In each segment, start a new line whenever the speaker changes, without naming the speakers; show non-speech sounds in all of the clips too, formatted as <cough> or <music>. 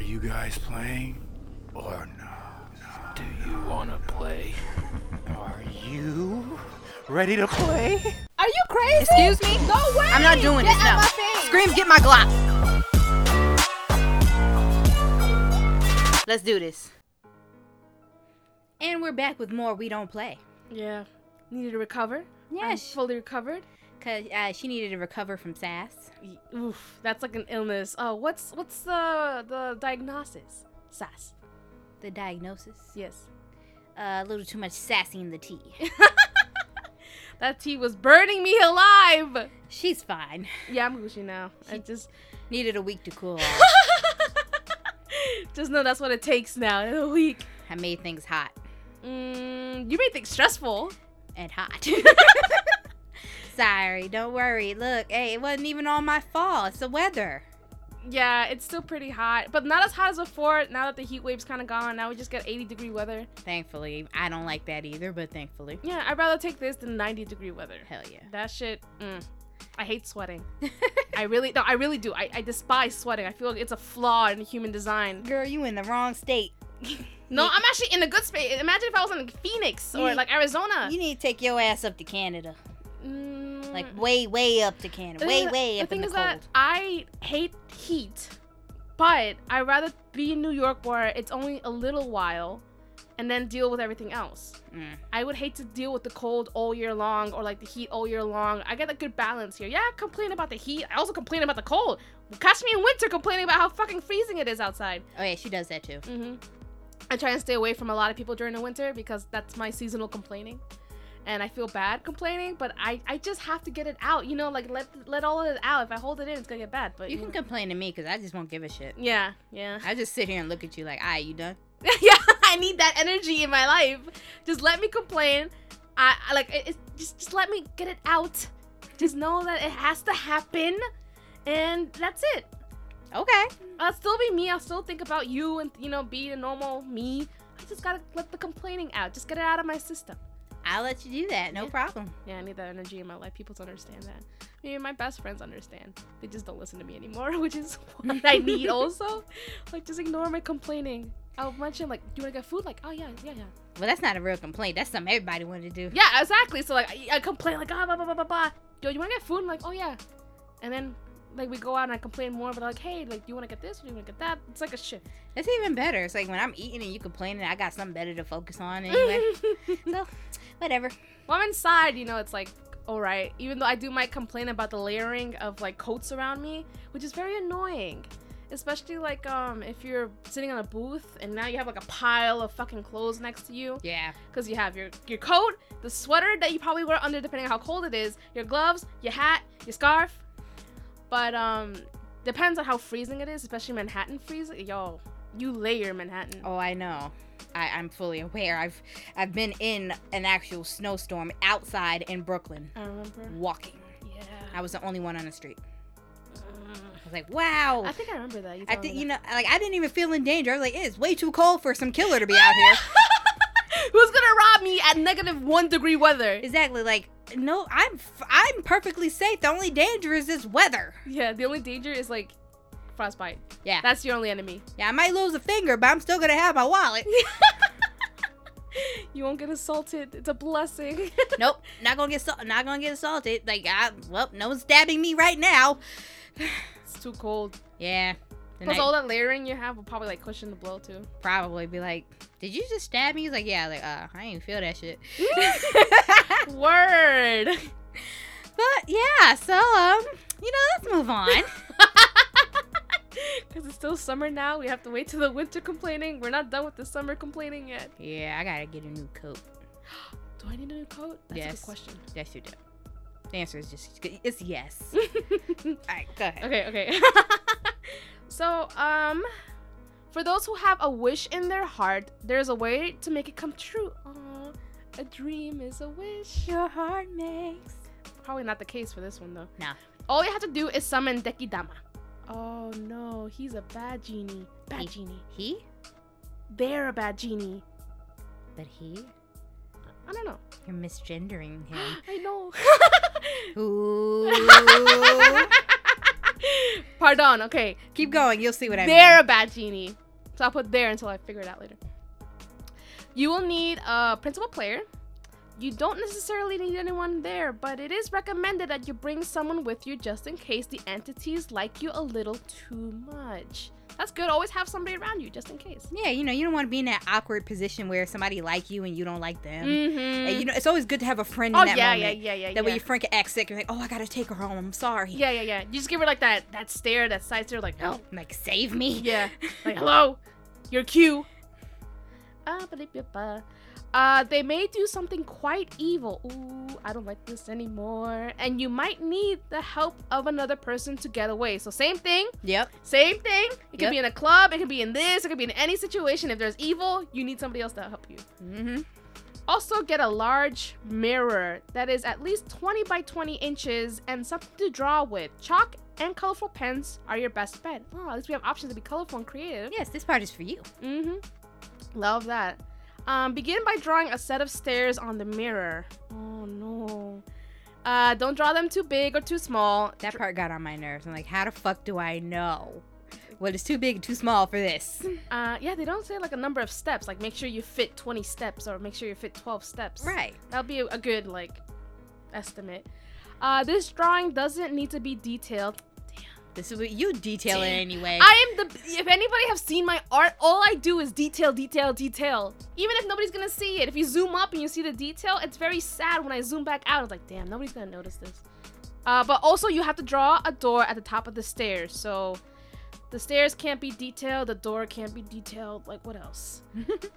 you guys playing or no?
Do you want to play?
<laughs> Are you ready to play?
Are you crazy?
Excuse me?
No way.
I'm not doing
Get
this
out
now.
my face.
Scream, get my Glock. Let's do this. And we're back with more We Don't Play.
Yeah. Needed to recover.
Yeah,
I'm
sh-
fully recovered.
Cause uh, she needed to recover from sass.
Y- Oof, that's like an illness. Oh, what's what's the the diagnosis? Sass.
The diagnosis.
Yes.
Uh, a little too much sassy in the tea. <laughs>
That tea was burning me alive.
She's fine.
Yeah, I'm Gucci now. <laughs> I just
Needed a week to cool off. <laughs>
just know that's what it takes now in a week.
I made things hot
Mm, you made things stressful.
and <laughs> hot. Sorry, don't worry. Look, hey, it wasn't even all my fault. It's the weather.
Yeah, it's still pretty hot, but not as hot as before. Now that the heat wave's kind of gone, now we just get 80 degree weather.
Thankfully, I don't like that either, but thankfully.
Yeah, I'd rather take this than 90 degree weather.
Hell yeah.
That shit. Mm. I
<laughs>
hate sweating. I really no, I really do. I, I despise sweating. I feel like it's a flaw in human design.
Girl, you in the wrong state.
No, I'm actually in a good space. Imagine if I was in Phoenix or
You-
like Arizona.
You need to take your ass up to Canada.
Mm.
Like way, way up to Canada.
The
Way,
thing-
way up in the
is
cold.
that I hate heat, but I'd rather be in New York where it's only a little while, and then deal with everything else.
Mm.
I would hate to deal with the cold all year long or like the heat all year long. I get a good balance here. Yeah, I complain about the heat. I also complain about the cold. Catch me in winter complaining about how fucking freezing it is outside.
Oh yeah, she does that too.
hmm I try and stay away from a lot of people during the winter because that's my seasonal complaining. And I feel bad complaining, but I, I just have to get it out. You know, like let let all of it out. If I hold it in, it's gonna get bad. But
You can complain to me because I just won't give a shit.
yeah, yeah,
I just sit here and look at you like, "All right, you done?"
<laughs> yeah. I need that energy in my life. Just let me complain. I, I like it, it's just just let me get it out. Just know that it has to happen, and that's it.
Okay.
I'll still be me. I'll still think about you, and you know, be the normal me. I just gotta let the complaining out. Just get it out of my system.
I'll let you do that. No
Yeah.
problem.
Yeah, I need that energy in my life. People don't understand that. Maybe my best friends understand. They just don't listen to me anymore, <laughs> which is what I need also. Like, just ignore my complaining. I'll mention, like, do you want to get food? Like, oh, yeah, yeah, yeah.
Well, that's not a real complaint. That's something everybody wanted to do.
Yeah, exactly. So, like, I, I complain, like, ah, blah, blah, blah, blah, blah. Yo, you want to get food? I'm like, oh, yeah. And then, like, we go out and I complain more, but like, hey, like, do you want to get this? Or do you want to get that? It's like a shift.
That's even better. It's like when I'm eating and you complaining, I got something better to focus on anyway. so, whatever.
<laughs> Well, I'm inside, you know, it's like, all right. Even though I do might complain about the layering of like coats around me, which is very annoying. Especially like um if you're sitting on a booth and now you have like a pile of fucking clothes next to you
Yeah.
because you have your your coat, the sweater that you probably wear under depending on how cold it is, your gloves, your hat, your scarf. But um depends on how freezing it is, especially Manhattan freezing. Yo, you layer Manhattan.
Oh, I know. I, I'm fully aware. I've I've been in an actual snowstorm outside in Brooklyn,
I remember.
walking.
Yeah.
I was the only one on the street. I was like, wow.
Uh, I think I remember that.
I
telling
think
me
you
that.
know, like I didn't even feel in danger. I was like, it's way too cold for some killer to be out here.
Who's gonna rob me at negative one degree weather?
<laughs> exactly. Like, no, I'm f- I'm perfectly safe. The only danger is this weather.
Yeah, the only danger is like frostbite.
Yeah.
That's your only enemy.
Yeah, I might lose a finger, but I'm still gonna have my <laughs> wallet.
You won't get assaulted. It's a blessing. <laughs>
nope, not gonna get sal- not gonna get assaulted. Like, I, well, no one's stabbing me right now.
it's too cold.
Yeah. Then
Plus,
I'd
all that layering you have will probably like cushion the
<laughs>
blow too.
probably be like, "Did you just stab me?" He's like, "Yeah." Like, uh, I didn't feel that
<laughs>
shit. <laughs>
Word.
But yeah, so um, you know, let's move
<laughs>
on.
Because it's still summer now. We have to wait till the winter complaining. We're not done with the summer complaining yet.
yeah, I gotta get a new coat.
Do I need a new coat? That's a
Yes.
good question.
Yes, you do. The answer is just it's
<laughs>
yes. All right, go ahead.
Okay, okay. <laughs> so, um, for those who have a wish in their heart, there's a way to make it come true. Aw, a dream is a wish.
Your heart makes.
Probably not the case for this one though.
Nah.
All you have to do is summon Dekidama. Oh no, he's a bad genie. Bad
He-
genie.
He,
They're a bad genie.
but he,
I don't know.
you're misgendering
<gasps> <laughs>
him.
I know.
Ooh.
<laughs> Pardon. Okay.
Keep going. You'll see what I
They're
mean.
a bad genie. So I'll put there until I figure it out later. You will need a principal player. You don't necessarily need anyone there, but it is recommended that you bring someone with you just in case the entities like you a little too much. That's good. Always have somebody around you just in case.
Yeah, you know, you don't want to be in that awkward position where somebody like you and you don't like them.
Mm-hmm.
And, you know, it's always good to have a friend
oh
in that
yeah, yeah,
moment.
yeah, yeah,
That
yeah.
way your friend can act sick and like, oh, I gotta take her home. I'm sorry.
yeah, yeah, yeah. You just give her like that that stare, that side stare, like oh, no.
Like, save
<laughs>
me.
Yeah. Like, hello, your cue. Ah, ba-dee-ba-ba. Uh, they may do something quite evil. Ooh, I don't like this anymore. And you might need the help of another person to get away. So same thing,
Yep.
same thing. It could
Yep.
be in a club. It could be in this. It could be in any situation. If there's evil, you need somebody else to help you.
Mm-hmm.
Also, get a large mirror that is at least 20 by 20 inches and something to draw with. Chalk and colorful pens are your best bet. Oh, at least we have options to be colorful and creative.
Yes, this part is for you.
Mm-hmm. Love that. Um, begin by drawing a set of stairs on the mirror. Oh no. Uh, don't draw them too big or too small.
That part got on my nerves. I'm like, how the fuck do I know? What is too big, too small for
<laughs>
this?
Uh, yeah, they don't say like a number of steps. Like make sure you fit 20 steps or make sure you fit 12 steps.
Right.
That'll be a, a good like estimate. Uh, this drawing doesn't need to be detailed.
This is what you detail it anyway.
I am the. If anybody have seen my art, all I do is detail, detail, detail. Even if nobody's gonna see it, if you zoom up and you see the detail, it's very sad when I zoom back out. It's like, damn, nobody's gonna notice this. Uh, but also, you have to draw a door at the top of the stairs. So, the stairs can't be detailed. The door can't be detailed. Like, what else?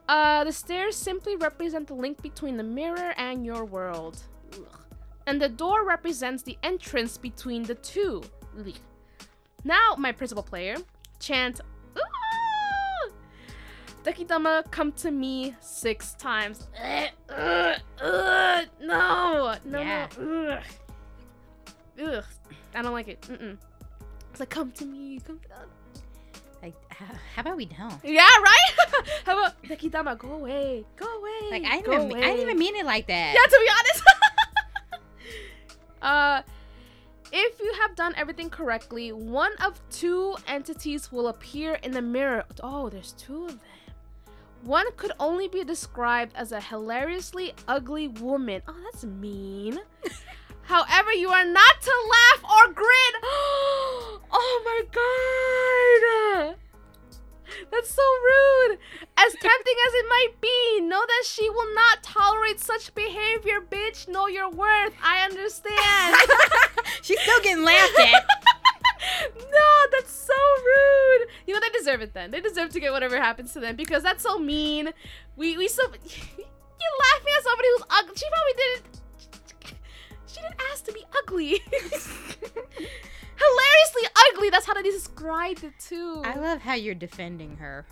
uh, the stairs simply represent the link between the mirror and your world. Ugh. And the door represents the entrance between the two. Ugh. Now, my principal player chants, "Ooh!" Dakitama, come to me six times. Ugh, ugh, ugh, no, no,
Yeah.
no. Ugh. Ugh. I don't like it. Mm-mm. It's like, come to me, come to
like, how, how about we don't?
Yeah, right? <laughs> How about, Dakitama, go away, go away.
Like, I
go
didn't, even, I didn't
away."
even mean it like that.
Yeah, to be honest. uh, if you have done everything correctly, one of two entities will appear in the mirror. Oh, there's two of them. One could only be described as a hilariously ugly woman. Oh, that's mean. However, you are not to laugh or grin. <gasps> oh my god. That's so rude. As tempting as it might be, know that she will not tolerate such behavior, bitch. Know your worth. I understand.
She's still getting laughed
<laughs>
at.
no, that's so rude. You know they deserve it. Then they deserve to get whatever happens to them because that's so mean. We we so <laughs> you laughing at somebody who's ugly. She probably didn't. She didn't ask to be ugly. Hilariously ugly. That's how they described it too.
I love how you're defending her.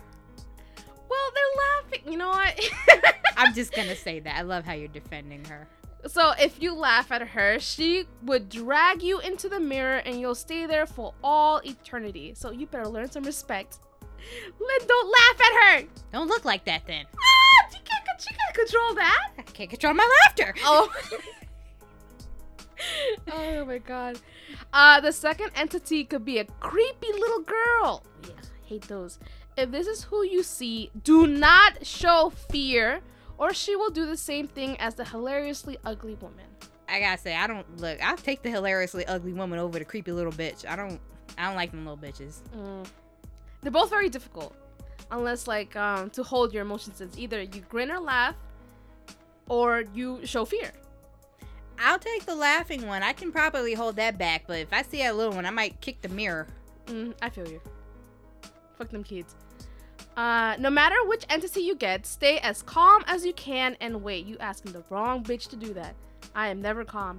well, they're laughing. You know what? <laughs>
I'm just gonna say that. I love how you're defending her.
So if you laugh at her, she would drag you into the mirror and you'll stay there for all eternity. So you better learn some respect. <laughs> Lynn, don't laugh at her!
Don't look like that then.
Ah, you can't, con- she can't control that!
I can't control my laughter.
<laughs> Oh. oh my god. Uh, the second entity could be a creepy little girl. Yeah, hate those. If this is who you see, do not show fear, or she will do the same thing as the hilariously ugly woman.
I gotta say, I don't look. I'll take the hilariously ugly woman over the creepy little bitch. I don't. I don't like them little bitches.
Mm. They're both very difficult, unless like um, to hold your emotions is either you grin or laugh, or you show fear.
I'll take the laughing one. I can probably hold that back, but if I see that little one, I might kick the mirror.
Mm, I feel you. Fuck them kids. Uh, no matter which entity you get, stay as calm as you can and wait. You asking the wrong bitch to do that. I am never calm.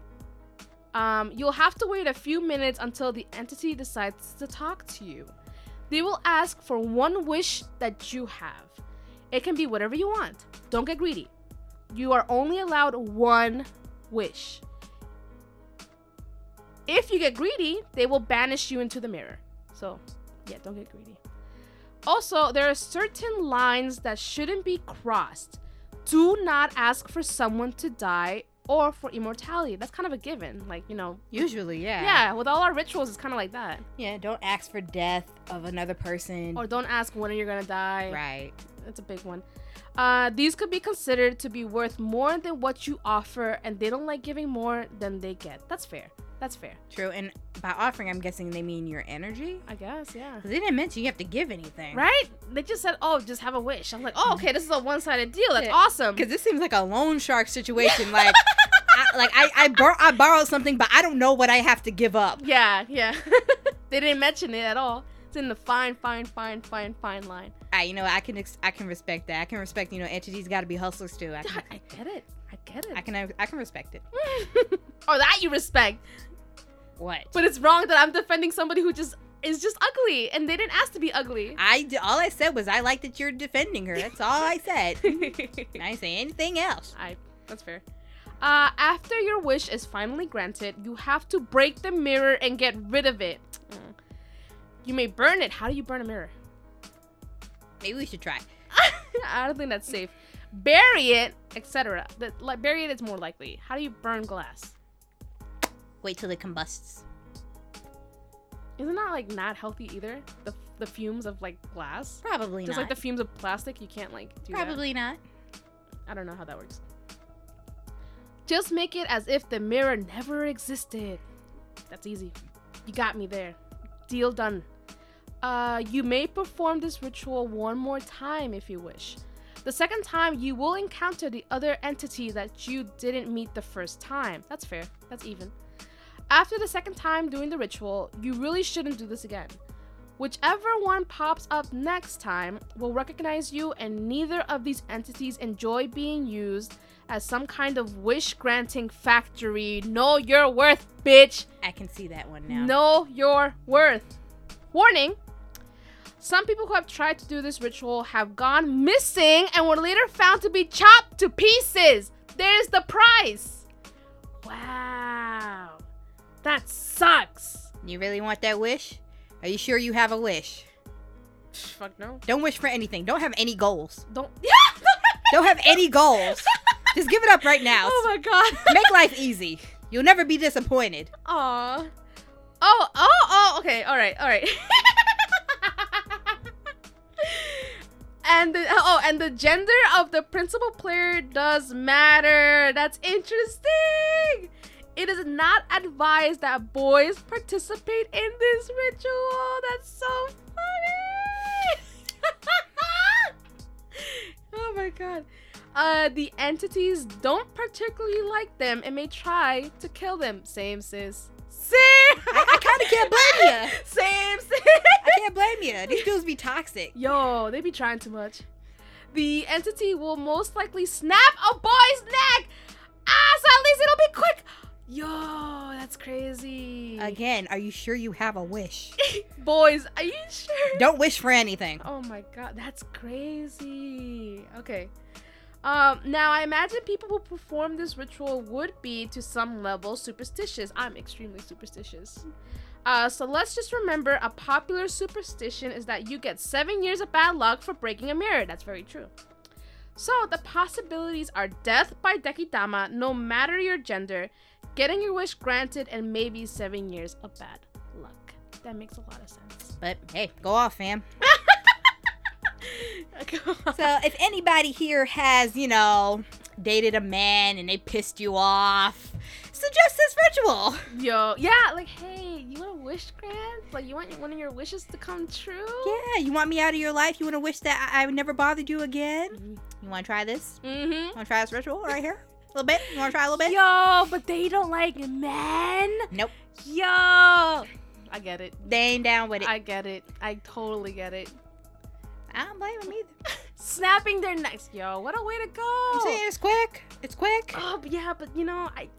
Um, you'll have to wait a few minutes until the entity decides to talk to you. They will ask for one wish that you have. It can be whatever you want. Don't get greedy. You are only allowed one wish. If you get greedy, they will banish you into the mirror. So, yeah, don't get greedy. Also, there are certain lines that shouldn't be crossed. Do not ask for someone to die or for immortality. That's kind of a given. Like, you know,
Usually, yeah.
yeah, with all our rituals, it's kind of like that.
Yeah, don't ask for death of another person.
Or don't ask when you're gonna die.
right.
That's a big one. Uh, these could be considered to be worth more than what you offer, and they don't like giving more than they get. That's fair. That's fair.
True. And by offering, I'm guessing they mean your energy.
I guess, yeah.
<laughs> 'Cause They didn't mention you have to give anything.
Right? They just said, "Oh, just have a wish." I'm like, "Oh, okay, this is a one-sided deal. That's
Yeah.
awesome."
Because this seems like a loan shark situation. like, I, like I I, bor- I borrowed something, but I don't know what I have to give up.
Yeah, yeah. <laughs> they didn't mention it at all. It's in the fine, fine, fine, fine, fine line.
I, you know, I can ex- I can respect that. I can respect you know entities got to be hustlers too. I
<laughs>
can,
I get it. I get it.
I
<laughs>
can I can respect it.
or that you respect.
What?
But it's wrong that I'm defending somebody who just is just ugly, and they didn't ask to be ugly.
I d- all I said was I like that you're defending her. That's all I
<laughs>
said. I didn't say anything else.
I. That's fair. Uh, after your wish is finally granted, you have to break the mirror and get rid of it. Mm. You may burn it. How do you burn a mirror?
Maybe we should try.
I don't think that's safe. Bury it, etc. The- Like bury it is more likely. How do you burn glass?
Wait till it combusts.
Isn't that like not healthy either? The, the fumes of like glass,
Probably
just
not.
like the fumes of plastic, you can't like do that.
Probably not.
I don't know how that works. Just make it as if the mirror never existed. That's easy. You got me there. Deal done. Uh, you may perform this ritual one more time if you wish. The second time, you will encounter the other entity that you didn't meet the first time. That's fair. That's even. After the second time doing the ritual, you really shouldn't do this again. Whichever one pops up next time will recognize you, and neither of these entities enjoy being used as some kind of wish granting factory. Know your worth, bitch!
I can see that one now.
Know your worth. Warning Some people who have tried to do this ritual have gone missing and were later found to be chopped to pieces. There's the price. Wow. That sucks.
You really want that wish? Are you sure you have a wish?
Fuck no.
Don't wish for anything. Don't have any goals.
Don't. <laughs>
Don't have any goals. Just give it up right now.
Oh my <laughs> god.
Make life easy. You'll never be disappointed.
Aw. Oh, oh, oh, okay, alright, alright. <laughs> <laughs> and the oh, and the gender of the principal player does matter. That's interesting. It is not advised that boys participate in this ritual. That's so funny. <laughs> oh my god. Uh, the entities don't particularly like them and may try to kill them. Same sis. Same.
I, I kind of can't blame you.
<laughs> Same sis.
I can't blame you. These dudes be toxic.
Yo, they be trying too much. The entity will most likely snap a boy's neck. Ah, so at least it'll be quick. Yo, that's crazy.
Again, are you sure you have a wish? <laughs>
Boys, are you sure?
Don't wish for anything.
Oh my god, that's crazy. Okay. Um, now I imagine people who perform this ritual would be to some level superstitious. I'm extremely superstitious. Uh, so let's just remember a popular superstition is that you get seven years of bad luck for breaking a mirror. That's very true. So the possibilities are death by Dekidama, no matter your gender, getting your wish granted, and maybe seven years of bad luck. That makes a lot
<laughs>
of sense.
But hey, go off, fam.
Go on.
So if anybody here has, you know, dated a man and they pissed you off, suggest this ritual.
Yo, yeah, like, hey, you want a wish grant? Like, you want one of your wishes to come true?
Yeah, you want me out of your life? You want to wish that I, I never bothered you again?
Mhm.
You want to try this?
Mm-hmm.
You want to try this ritual right here? A little bit? You want to try a little bit?
Yo, but they don't like men.
Nope.
Yo, I get it.
They ain't down with it. I,
I get it. I totally get it.
don't blame them either. Oh.
Snapping their necks. Yo, what a way to go.
I'm saying it's quick. It's quick.
Oh, but yeah, but you know, I.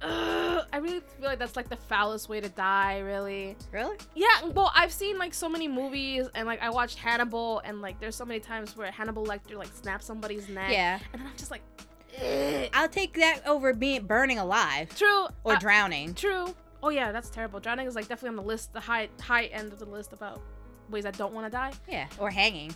Ugh, I really feel like that's like the foulest way to die, really.
Really?
Yeah, well, I've seen like so many movies, and like I watched Hannibal, and like there's so many times where Hannibal Lecter like snaps somebody's neck.
Yeah.
And then I'm just like, "Ugh."
I'll take that over being burning alive
true
or
uh,
drowning.
true. Oh yeah, that's terrible. Drowning is like definitely on the list, the high high end of the list about ways I don't want to die.
Yeah, or hanging.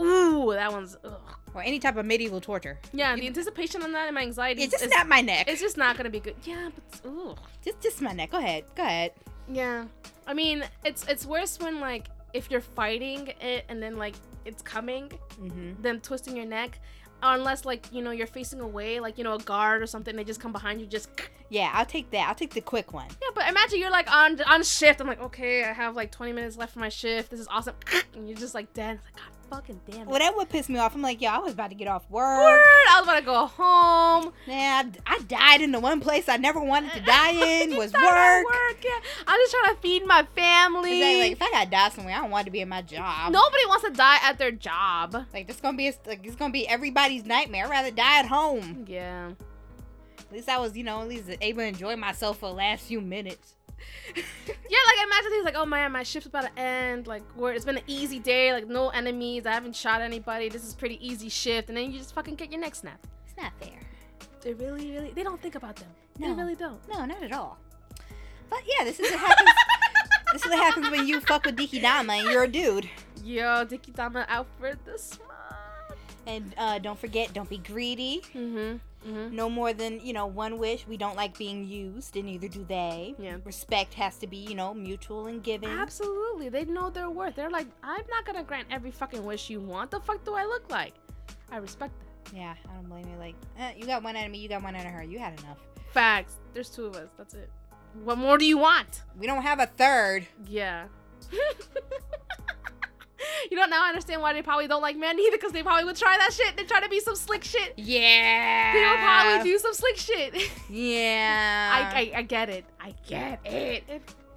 Ooh, ooh, that one's. Ugh.
or any type of medieval torture.
Yeah, the anticipation on that and my anxiety.
It's just
is-
not my neck.
It's just not gonna be good. Yeah, but it's- ooh.
just just my neck. Go ahead. Go ahead.
Yeah. I mean, it's it's worse when like if you're fighting it and then like it's coming,
hmm
then twisting your neck. Unless like you know you're facing away, like you know a guard or something, they just come behind you, just
Yeah, I'll take that. I'll take the quick one.
yeah. But imagine you're like on on shift. I'm like, okay, I have like 20 minutes left for my shift. This is awesome. <laughs> And you're just like dead. It's like God fucking damn it.
Well, that would piss me off. I'm like, yo, I was about to get off
<laughs> Word,
work.
I was about to go home.
<laughs> Nah, I, I died in the one place I never wanted to <laughs> die
<laughs>
in
You
was
thought I'd
work.
work, yeah. I'm just trying to feed my family.
Exactly. Like, if I got to die somewhere, I don't want to be in my job.
Nobody wants to die at their job.
Like this gonna be a, like it's gonna be everybody's nightmare. I'd rather die at home.
Yeah.
At least I was, you know, at least able to enjoy myself for the last few minutes.
Yeah, like imagine he's like, oh man, my shift's about to end. Like, where it's been an easy day. Like, no enemies. I haven't shot anybody. This is pretty easy shift. And then you just fucking get your neck snapped.
It's not fair.
They really, really, they don't think about them.
No.
They really don't.
No, not at all. But yeah, this is what
<laughs>
happens. this is what happens when you fuck with Diki Dama and you're a dude.
Yo, Dicky Dama Alfred this month.
And uh, don't forget, don't be greedy.
Mm-hmm. Mm-hmm.
No more than you know one wish. We don't like being used, and neither do they.
Yeah.
Respect has to be you know mutual and giving.
Absolutely. They know their worth. They're like, I'm not gonna grant every fucking wish you want. The fuck do I look like? I respect that.
Yeah, I don't blame you. Like eh, you got one out of me, you got one out of her. You had enough.
Facts. There's two of us. That's it. What more do you want?
We don't have a third.
Yeah. <laughs> you know, now I understand why they probably don't like men either because they probably would try that shit. They try to be some slick shit.
Yeah.
They would probably do some slick shit. <laughs>
Yeah.
I, I, I get it. I get it.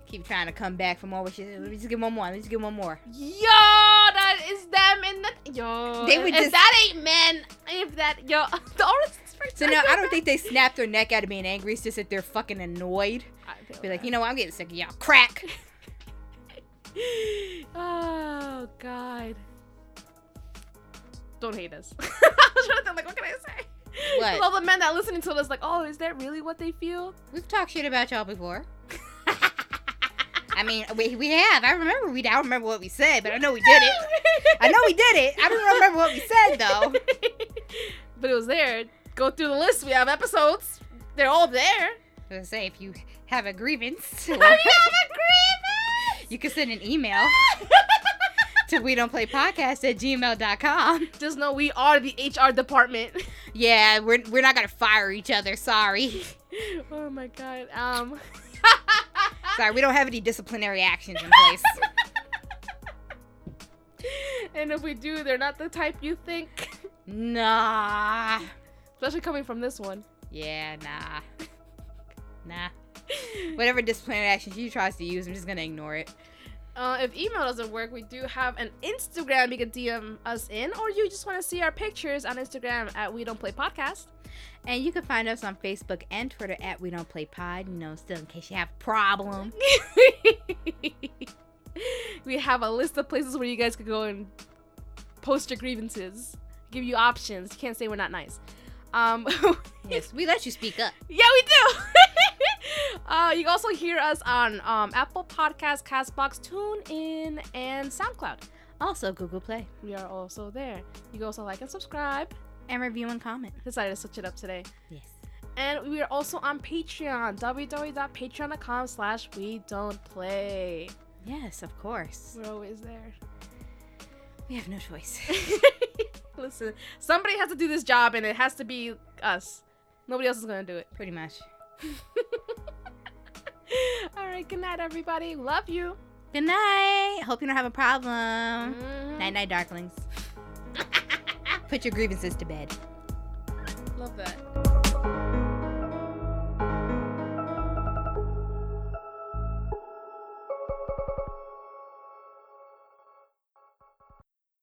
keep trying to come back for more wishes. Let me just get one more. Let me just get one more.
Yo, that is them and the yo.
They
if-
would
if
just-
that ain't men, if that yo, <laughs> the oldest.
So no, I don't
<laughs>
think they snap their neck out of being angry. It's just that they're fucking annoyed. Be like, you know, what? I'm getting sick of y'all. Crack.
oh god. Don't hate us. <laughs> I was trying to think, like, what can I say? 'Cause
What?
All the men that listening to us, like, oh, is that really what they feel?
We've talked shit about y'all before. <laughs> I mean, we, we have. I remember we. I don't remember what we said, but I know we did it.
<laughs>
I know we did it. I don't remember what we said though.
but it was there. Go through the list. We have episodes. They're all there.
<laughs> I was gonna say if you have a grievance,
I have a
you can send an email <laughs>
<laughs>
to we don't play podcast at gmail.com.
Just know we are the HR department. <laughs>
Yeah, we're we're not gonna fire each other. Sorry.
oh my god. Um.
<laughs>
<laughs>
Sorry, we don't have any disciplinary actions in place.
and if we do, they're not the type you think.
<laughs>
<laughs>
nah.
Especially coming from this one.
Yeah, nah. Nah. Whatever disciplinary action she tries to use, I'm just gonna ignore it.
Uh, if email doesn't work, we do have an Instagram you can DM us in, or you just want to see our pictures on Instagram at We Don't Play Podcast. <laughs>
And you can find us on Facebook and Twitter at We Don't Play Pod, you know, still in case you have a problem.
we have a list of places where you guys could go and post your grievances, give you options. You can't say we're not nice. Um,
<laughs>
<laughs>
Yes, we let you speak up.
Yeah, we do. <laughs> uh, you can also hear us on um, Apple Podcasts, Castbox, TuneIn, and SoundCloud.
Also, Google Play.
We are also there. You can also like and subscribe.
And review and comment.
Decided to switch it up today.
Yes.
And we are also on Patreon, www.patreon.com slash we don't play.
Yes, of course.
We're always there. <laughs>
We have no <laughs> choice.
Listen, somebody has to do this job and it has to be us. Nobody else is going to do it. <laughs>
Pretty much.
All right, good night, everybody. Love you.
Good night. Hope you don't have a problem.
Mhm.
Mm-hmm. Night <laughs> night, darklings. Put your grievances to bed.
Love that.